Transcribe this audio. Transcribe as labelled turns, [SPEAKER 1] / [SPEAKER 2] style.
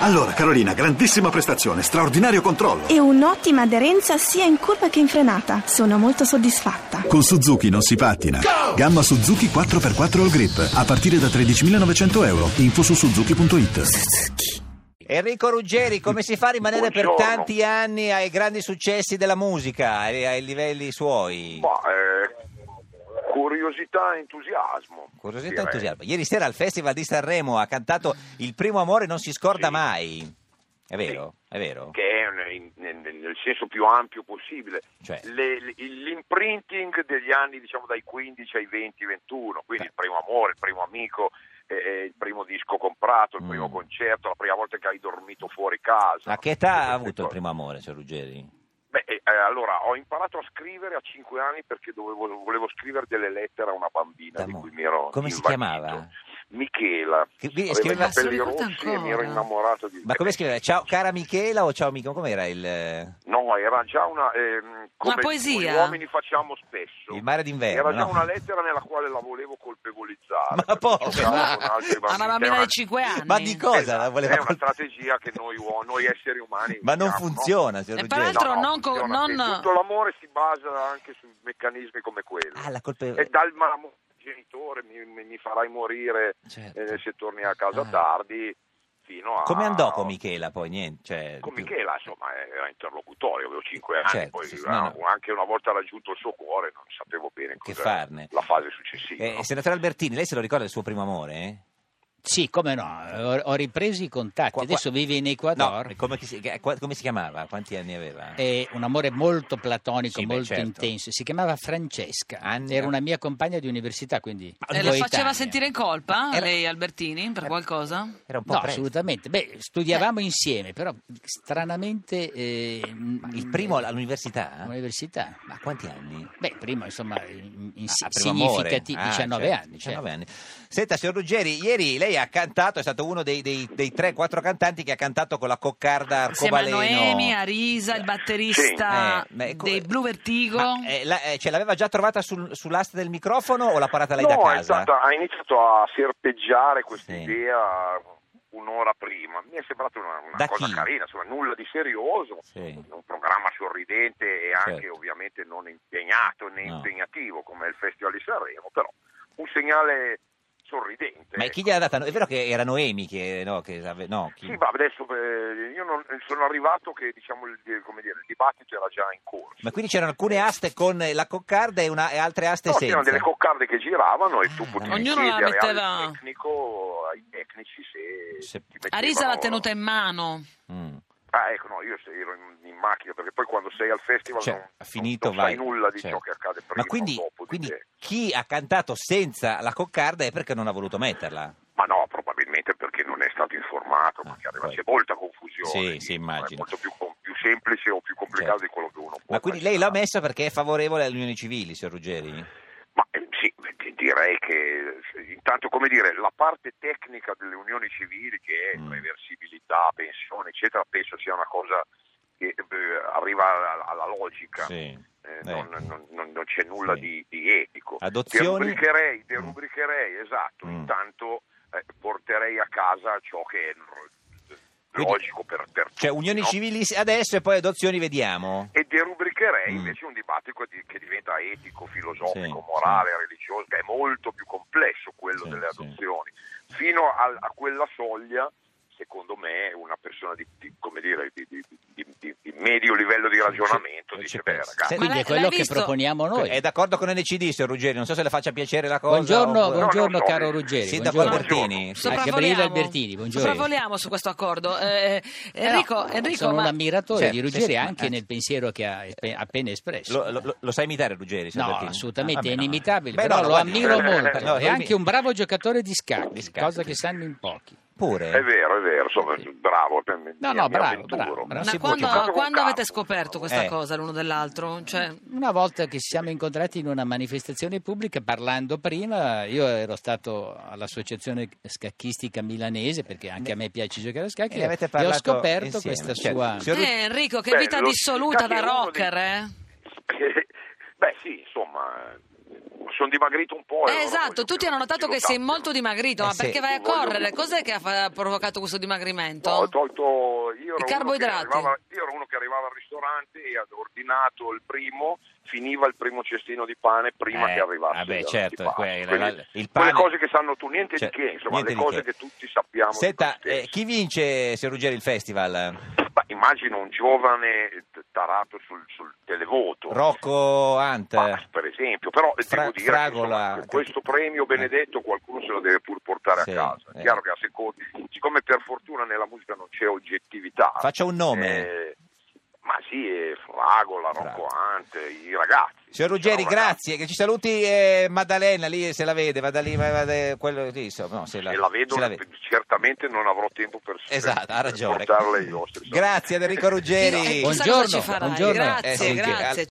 [SPEAKER 1] Allora, Carolina, grandissima prestazione, straordinario controllo.
[SPEAKER 2] E un'ottima aderenza sia in curva che in frenata. Sono molto soddisfatta.
[SPEAKER 3] Con Suzuki non si pattina. Gamma Suzuki 4x4 All Grip. A partire da 13.900 euro. Info su suzuki.it.
[SPEAKER 4] Enrico Ruggeri, come si fa a rimanere per
[SPEAKER 5] Buongiorno.
[SPEAKER 4] tanti anni ai grandi successi della musica, e ai livelli suoi?
[SPEAKER 5] Ma eh, curiosità e entusiasmo. Cioè,
[SPEAKER 4] Curiosità e
[SPEAKER 5] direi.
[SPEAKER 4] entusiasmo. Ieri sera al Festival di Sanremo ha cantato Il primo amore non si scorda
[SPEAKER 5] Sì.
[SPEAKER 4] mai. È vero? È vero?
[SPEAKER 5] Che è un- in- nel, nel senso più ampio possibile.
[SPEAKER 4] Cioè.
[SPEAKER 5] Le- le- l'imprinting degli anni, diciamo, dai 15 ai 20, 21. Quindi il primo amore, il primo amico, eh, eh, il primo disco comprato, il primo
[SPEAKER 4] Mm.
[SPEAKER 5] concerto, la prima volta che hai dormito fuori casa.
[SPEAKER 4] A che età ha
[SPEAKER 5] Queste
[SPEAKER 4] avuto il
[SPEAKER 5] cose.
[SPEAKER 4] primo amore, cioè Ruggeri?
[SPEAKER 5] Beh, eh, allora, ho imparato a scrivere a 5 anni perché dovevo- volevo scrivere delle lettere a una bambina di
[SPEAKER 4] D'amore.
[SPEAKER 5] cui mi ero
[SPEAKER 4] Come si
[SPEAKER 5] invaghito.
[SPEAKER 4] chiamava?
[SPEAKER 5] Michela.
[SPEAKER 4] Che- quindi
[SPEAKER 5] Aveva i
[SPEAKER 4] scriveva-
[SPEAKER 5] capelli
[SPEAKER 6] Ah, se lo
[SPEAKER 5] rossi
[SPEAKER 6] ricorda
[SPEAKER 5] e mi ero
[SPEAKER 6] ancora.
[SPEAKER 5] innamorato di
[SPEAKER 4] Ma come scriveva? Ciao cara Michela o ciao Michela? Com'era il,
[SPEAKER 5] No, era già una... ehm, come
[SPEAKER 6] Una poesia?
[SPEAKER 5] Gli uomini facciamo spesso.
[SPEAKER 4] il mare d'inverno?
[SPEAKER 5] Era già
[SPEAKER 4] no?
[SPEAKER 5] una lettera nella quale la volevo colpevolizzare.
[SPEAKER 4] Ma
[SPEAKER 5] perché
[SPEAKER 4] povera!
[SPEAKER 5] giocavo con altri
[SPEAKER 6] A una
[SPEAKER 5] bambini.
[SPEAKER 6] bambina
[SPEAKER 5] Era-
[SPEAKER 6] di 5 anni.
[SPEAKER 4] Ma di cosa
[SPEAKER 5] Esatto,
[SPEAKER 4] la voleva
[SPEAKER 5] È una
[SPEAKER 4] colp-
[SPEAKER 5] strategia che noi, uo- noi esseri umani...
[SPEAKER 4] Ma non
[SPEAKER 5] usiamo, no?
[SPEAKER 4] funziona, signor
[SPEAKER 6] E
[SPEAKER 4] Ruggeri.
[SPEAKER 6] peraltro-
[SPEAKER 5] No, no,
[SPEAKER 6] non co-
[SPEAKER 5] funziona
[SPEAKER 6] non-
[SPEAKER 5] sì. Tutto l'amore si basa anche su meccanismi come quello.
[SPEAKER 4] Ah, la colpa
[SPEAKER 5] E dal mamma genitore mi, mi- mi farai morire
[SPEAKER 4] Certo.
[SPEAKER 5] eh, se torni a casa
[SPEAKER 4] Ah.
[SPEAKER 5] tardi fino a...
[SPEAKER 4] Come andò con Michela poi? Niente, cioè,
[SPEAKER 5] Con
[SPEAKER 4] più-
[SPEAKER 5] Michela, insomma, eh, era interlocutorio, avevo 5 anni,
[SPEAKER 4] Certo,
[SPEAKER 5] poi
[SPEAKER 4] sì, sì,
[SPEAKER 5] eh,
[SPEAKER 4] no, no.
[SPEAKER 5] anche una volta raggiunto il suo cuore non sapevo bene
[SPEAKER 4] Che
[SPEAKER 5] cos'era
[SPEAKER 4] farne.
[SPEAKER 5] la fase successiva.
[SPEAKER 4] Eh,
[SPEAKER 5] no?
[SPEAKER 4] senatore Albertini, lei se lo ricorda il suo primo amore? eh?
[SPEAKER 7] Sì, come no, ho, ho ripreso i
[SPEAKER 4] Qua-
[SPEAKER 7] contatti,
[SPEAKER 4] qua-
[SPEAKER 7] Ecco, adesso vive in Ecuador. Eh,
[SPEAKER 4] No, come, chi si, che- qua- come si chiamava? Quanti anni aveva?
[SPEAKER 7] È un amore molto platonico,
[SPEAKER 4] Sì, beh,
[SPEAKER 7] molto
[SPEAKER 4] certo.
[SPEAKER 7] intenso. Si chiamava Francesca,
[SPEAKER 4] Anni-
[SPEAKER 7] era una mia compagna di università, quindi
[SPEAKER 4] Ma
[SPEAKER 6] E la
[SPEAKER 7] coetanea.
[SPEAKER 6] Eh, faceva sentire in colpa
[SPEAKER 4] Era-
[SPEAKER 6] lei, Albertini,
[SPEAKER 4] Eh,
[SPEAKER 6] per qualcosa?
[SPEAKER 4] Era un po'
[SPEAKER 7] No,
[SPEAKER 4] presto.
[SPEAKER 7] assolutamente. Beh, studiavamo insieme, però stranamente... eh,
[SPEAKER 4] Ma Il primo all'università?
[SPEAKER 7] All'università.
[SPEAKER 4] Ma quanti anni?
[SPEAKER 7] Beh, primo, insomma, in, in-
[SPEAKER 4] Ah, primo amore.
[SPEAKER 7] significativi,
[SPEAKER 4] Ah,
[SPEAKER 7] 19
[SPEAKER 4] certo,
[SPEAKER 7] Eh, anni.
[SPEAKER 4] 19 anni. Senta, signor Ruggeri, ieri lei ha cantato, è stato uno dei, dei, 3-4 cantanti che ha cantato con la coccarda
[SPEAKER 6] Insieme a
[SPEAKER 4] arcobaleno.
[SPEAKER 6] Noemi, a Risa, il batterista
[SPEAKER 4] Eh, ma è co-
[SPEAKER 6] dei Blu Vertigo.
[SPEAKER 4] Ma, eh, la- eh, ce l'aveva già trovata sul- sull'asta del microfono o l'ha parata lei da
[SPEAKER 5] no,
[SPEAKER 4] casa?
[SPEAKER 5] è stata, ha iniziato a serpeggiare questa
[SPEAKER 4] Sì.
[SPEAKER 5] idea un'ora prima. Mi è sembrata una, una
[SPEAKER 4] Da
[SPEAKER 5] cosa
[SPEAKER 4] chi?
[SPEAKER 5] carina, insomma, nulla di serioso,
[SPEAKER 4] Sì.
[SPEAKER 5] un programma sorridente e anche
[SPEAKER 4] Certo.
[SPEAKER 5] ovviamente non impegnato né
[SPEAKER 4] No.
[SPEAKER 5] impegnativo come il Festival di Sanremo, però un segnale sorridente. ecco.
[SPEAKER 4] Ma chi gliel'ha data? È vero che era Noemi che... No, che ave- no, chi-
[SPEAKER 5] Sì, ma adesso eh, io non, sono arrivato che diciamo, il, come dire, il dibattito era già in corso.
[SPEAKER 4] Ma quindi c'erano alcune aste con la coccarda e, una- e altre aste
[SPEAKER 5] No,
[SPEAKER 4] senza.
[SPEAKER 5] c'erano delle coccarde che giravano e tu
[SPEAKER 4] Ah,
[SPEAKER 5] potevi
[SPEAKER 4] dai.
[SPEAKER 6] Ognuno la
[SPEAKER 5] chiedere
[SPEAKER 6] metteva-
[SPEAKER 5] al tecnico, ai tecnici se,
[SPEAKER 4] Se-
[SPEAKER 5] ti mettevano-
[SPEAKER 6] A Risa l'ha tenuta in mano.
[SPEAKER 4] Mm.
[SPEAKER 5] Ah, ecco, no, io se- ero in, in macchina perché poi quando sei al festival
[SPEAKER 4] Cioè,
[SPEAKER 5] non,
[SPEAKER 4] ha finito,
[SPEAKER 5] non sai
[SPEAKER 4] vai.
[SPEAKER 5] nulla di
[SPEAKER 4] Certo.
[SPEAKER 5] ciò che accade prima
[SPEAKER 4] Ma quindi,
[SPEAKER 5] o dopo di
[SPEAKER 4] quindi
[SPEAKER 5] te.
[SPEAKER 4] chi ha cantato senza la coccarda è perché non ha voluto metterla.
[SPEAKER 5] Ma no, probabilmente perché non è stato informato,
[SPEAKER 4] Ah,
[SPEAKER 5] perché arriva-
[SPEAKER 4] poi.
[SPEAKER 5] c'è molta confusione.
[SPEAKER 4] Sì, sì,
[SPEAKER 5] È
[SPEAKER 4] immagino.
[SPEAKER 5] molto più, com- più semplice o più complicato
[SPEAKER 4] Certo.
[SPEAKER 5] di quello che uno può
[SPEAKER 4] Ma quindi lei l'ha
[SPEAKER 5] immaginare.
[SPEAKER 4] messa perché è favorevole alle unioni civili, signor Ruggeri?
[SPEAKER 5] Ma eh, sì, ti- direi che eh, intanto come dire, la parte tecnica delle unioni civili che è
[SPEAKER 4] Mm.
[SPEAKER 5] reversibilità, pensione, eccetera, penso sia una cosa che eh, arriva alla, alla logica. Eh, non,
[SPEAKER 4] Ecco.
[SPEAKER 5] non- non- non c'è nulla
[SPEAKER 4] Sì.
[SPEAKER 5] di, di etico.
[SPEAKER 4] Adozioni?
[SPEAKER 5] Derubricherei,
[SPEAKER 4] Mm.
[SPEAKER 5] derubricherei, esatto.
[SPEAKER 4] Mm.
[SPEAKER 5] Intanto eh, porterei a casa ciò che è
[SPEAKER 4] Quindi-
[SPEAKER 5] logico per, per tutti.
[SPEAKER 4] Cioè, unioni
[SPEAKER 5] no?
[SPEAKER 4] civili adesso e poi adozioni vediamo.
[SPEAKER 5] e derubricherei
[SPEAKER 4] Mm.
[SPEAKER 5] invece un dibattito di- che diventa etico, filosofico,
[SPEAKER 4] Sì,
[SPEAKER 5] morale, religioso, che è molto più complesso quello
[SPEAKER 4] Sì,
[SPEAKER 5] delle
[SPEAKER 4] sì.
[SPEAKER 5] adozioni. Fino al- a, quella soglia, secondo me, una persona di, di- come dire, di, di- di- di- di medio livello di ragionamento
[SPEAKER 4] sì,
[SPEAKER 5] dice,
[SPEAKER 4] ci
[SPEAKER 5] beh
[SPEAKER 4] penso.
[SPEAKER 5] ragazzi,
[SPEAKER 4] Ma
[SPEAKER 7] Quindi
[SPEAKER 6] l'hai-
[SPEAKER 7] è quello
[SPEAKER 6] l'hai
[SPEAKER 7] che
[SPEAKER 6] visto?
[SPEAKER 7] proponiamo noi.
[SPEAKER 4] Ecco, È d'accordo con NCD, signor Ruggeri? Non so se le faccia piacere la cosa.
[SPEAKER 7] Buongiorno,
[SPEAKER 4] oppure-
[SPEAKER 5] No, no,
[SPEAKER 7] buongiorno
[SPEAKER 5] no.
[SPEAKER 7] caro Ruggeri.
[SPEAKER 4] Sindaco
[SPEAKER 7] buongiorno.
[SPEAKER 4] Albertini.
[SPEAKER 7] Sì. Ah, Gabriele Albertini, buongiorno.
[SPEAKER 6] Sopravvoliamo su questo accordo. Eh,
[SPEAKER 7] Eh no,
[SPEAKER 6] Enrico, Enrico,
[SPEAKER 7] sono
[SPEAKER 6] ma-
[SPEAKER 7] un ammiratore
[SPEAKER 4] Certo,
[SPEAKER 7] di
[SPEAKER 4] sì,
[SPEAKER 7] Ruggeri
[SPEAKER 4] sì, ma-
[SPEAKER 7] anche
[SPEAKER 4] eh.
[SPEAKER 7] nel pensiero che ha espe- appena espresso.
[SPEAKER 4] Lo, lo- lo sai imitare Ruggeri? signor
[SPEAKER 7] No,
[SPEAKER 4] Albertini?
[SPEAKER 7] assolutamente
[SPEAKER 4] Ah,
[SPEAKER 7] è
[SPEAKER 4] vabbè, no.
[SPEAKER 7] inimitabile,
[SPEAKER 4] Beh,
[SPEAKER 7] però
[SPEAKER 4] no, no,
[SPEAKER 7] lo
[SPEAKER 4] guardi-
[SPEAKER 7] ammiro molto.
[SPEAKER 4] No,
[SPEAKER 7] è
[SPEAKER 4] lo
[SPEAKER 7] anche
[SPEAKER 4] imi-
[SPEAKER 7] un bravo giocatore di scacchi,
[SPEAKER 4] Di scacchi.
[SPEAKER 7] cosa che sanno in pochi.
[SPEAKER 4] Pure?
[SPEAKER 5] è vero, è vero, insomma,
[SPEAKER 7] Sì.
[SPEAKER 5] bravo, per me,
[SPEAKER 7] No,
[SPEAKER 5] mi-
[SPEAKER 7] no,
[SPEAKER 5] mi
[SPEAKER 7] bravo,
[SPEAKER 5] avventuro.
[SPEAKER 7] bravo, bravo.
[SPEAKER 6] ma
[SPEAKER 4] si può
[SPEAKER 6] quando,
[SPEAKER 5] giocare con
[SPEAKER 6] quando
[SPEAKER 5] Carlo.
[SPEAKER 6] avete scoperto questa
[SPEAKER 4] Eh.
[SPEAKER 6] cosa l'uno dell'altro? Cioè,
[SPEAKER 7] Una volta che ci siamo incontrati in una manifestazione pubblica, parlando prima, io ero stato all'associazione scacchistica milanese, perché anche a me piace giocare a
[SPEAKER 4] E
[SPEAKER 7] scacchi,
[SPEAKER 4] ne avete
[SPEAKER 7] e ho
[SPEAKER 4] parlato
[SPEAKER 7] scoperto
[SPEAKER 4] insieme,
[SPEAKER 7] questa
[SPEAKER 4] certo.
[SPEAKER 7] sua...
[SPEAKER 4] Signor Ru-
[SPEAKER 6] eh, Enrico, che
[SPEAKER 5] Beh,
[SPEAKER 6] vita
[SPEAKER 5] lo-
[SPEAKER 6] dissoluta da eh?
[SPEAKER 5] Cacchi è uno dei-
[SPEAKER 6] rocker, eh?
[SPEAKER 5] Beh sì, insomma, sono dimagrito un po'. e allora
[SPEAKER 6] Eh,
[SPEAKER 5] voglio
[SPEAKER 6] esatto, tutti hanno notato
[SPEAKER 5] lo
[SPEAKER 6] che sei molto dimagrito, ma
[SPEAKER 4] Eh, sì.
[SPEAKER 6] perché vai a
[SPEAKER 5] Voglio-
[SPEAKER 6] correre? Cos'è che ha fa- provocato questo
[SPEAKER 5] No,
[SPEAKER 6] dimagrimento?
[SPEAKER 5] ho tolto io
[SPEAKER 6] I
[SPEAKER 5] ero, uno che
[SPEAKER 6] carboidrati.
[SPEAKER 5] arrivava, io ero uno che arrivava al ristorante e avevo ordinato il primo, finiva il primo cestino di pane prima
[SPEAKER 4] Eh,
[SPEAKER 5] che arrivasse.
[SPEAKER 4] vabbè,
[SPEAKER 5] il
[SPEAKER 4] certo,
[SPEAKER 5] pane.
[SPEAKER 4] que- la-
[SPEAKER 5] Quindi
[SPEAKER 4] la- il
[SPEAKER 5] quelle
[SPEAKER 4] pane-
[SPEAKER 5] cose che sanno tu, niente
[SPEAKER 4] Cioè,
[SPEAKER 5] di che, insomma,
[SPEAKER 4] niente
[SPEAKER 5] le
[SPEAKER 4] di
[SPEAKER 5] cose che. tutti sappiamo. di
[SPEAKER 4] Senta,
[SPEAKER 5] noi stessi.
[SPEAKER 4] eh, chi vince, signor Ruggeri, il festival?
[SPEAKER 5] Ma immagino un giovane t- tarato sul, sul televoto.
[SPEAKER 4] Rocco Hunt?
[SPEAKER 5] Ma, per esempio, però eh,
[SPEAKER 4] Fra-
[SPEAKER 5] devo dire che
[SPEAKER 4] Fragola,
[SPEAKER 5] insomma,
[SPEAKER 4] che-
[SPEAKER 5] con
[SPEAKER 4] eh.
[SPEAKER 5] questo premio benedetto qualcuno se lo deve pur portare
[SPEAKER 4] Sì,
[SPEAKER 5] a casa. È
[SPEAKER 4] eh.
[SPEAKER 5] chiaro che a seconda, siccome per fortuna nella musica non c'è oggettività,
[SPEAKER 4] Faccia un nome.
[SPEAKER 5] eh, ma sì, eh, Fragola,
[SPEAKER 4] Fra-
[SPEAKER 5] Rocco Hunt, i ragazzi.
[SPEAKER 4] Signor Ruggeri,
[SPEAKER 5] Ciao, ragazzi.
[SPEAKER 4] grazie, che ci saluti eh, Maddalena lì se la vede, vada lì, ma- vada- quello lì, insomma, no, se la,
[SPEAKER 5] Se la vedo,
[SPEAKER 4] se la
[SPEAKER 5] certamente non avrò tempo per
[SPEAKER 4] Esatto, ha
[SPEAKER 5] per
[SPEAKER 4] ragione.
[SPEAKER 5] portarle ai vostri
[SPEAKER 4] Grazie ad Enrico
[SPEAKER 6] Chi- eh,
[SPEAKER 4] Ruggeri.
[SPEAKER 6] chissà cosa
[SPEAKER 7] Buongiorno,
[SPEAKER 6] ci farai.
[SPEAKER 7] buongiorno.
[SPEAKER 6] Grazie,
[SPEAKER 4] Eh, sì, che-
[SPEAKER 6] grazie.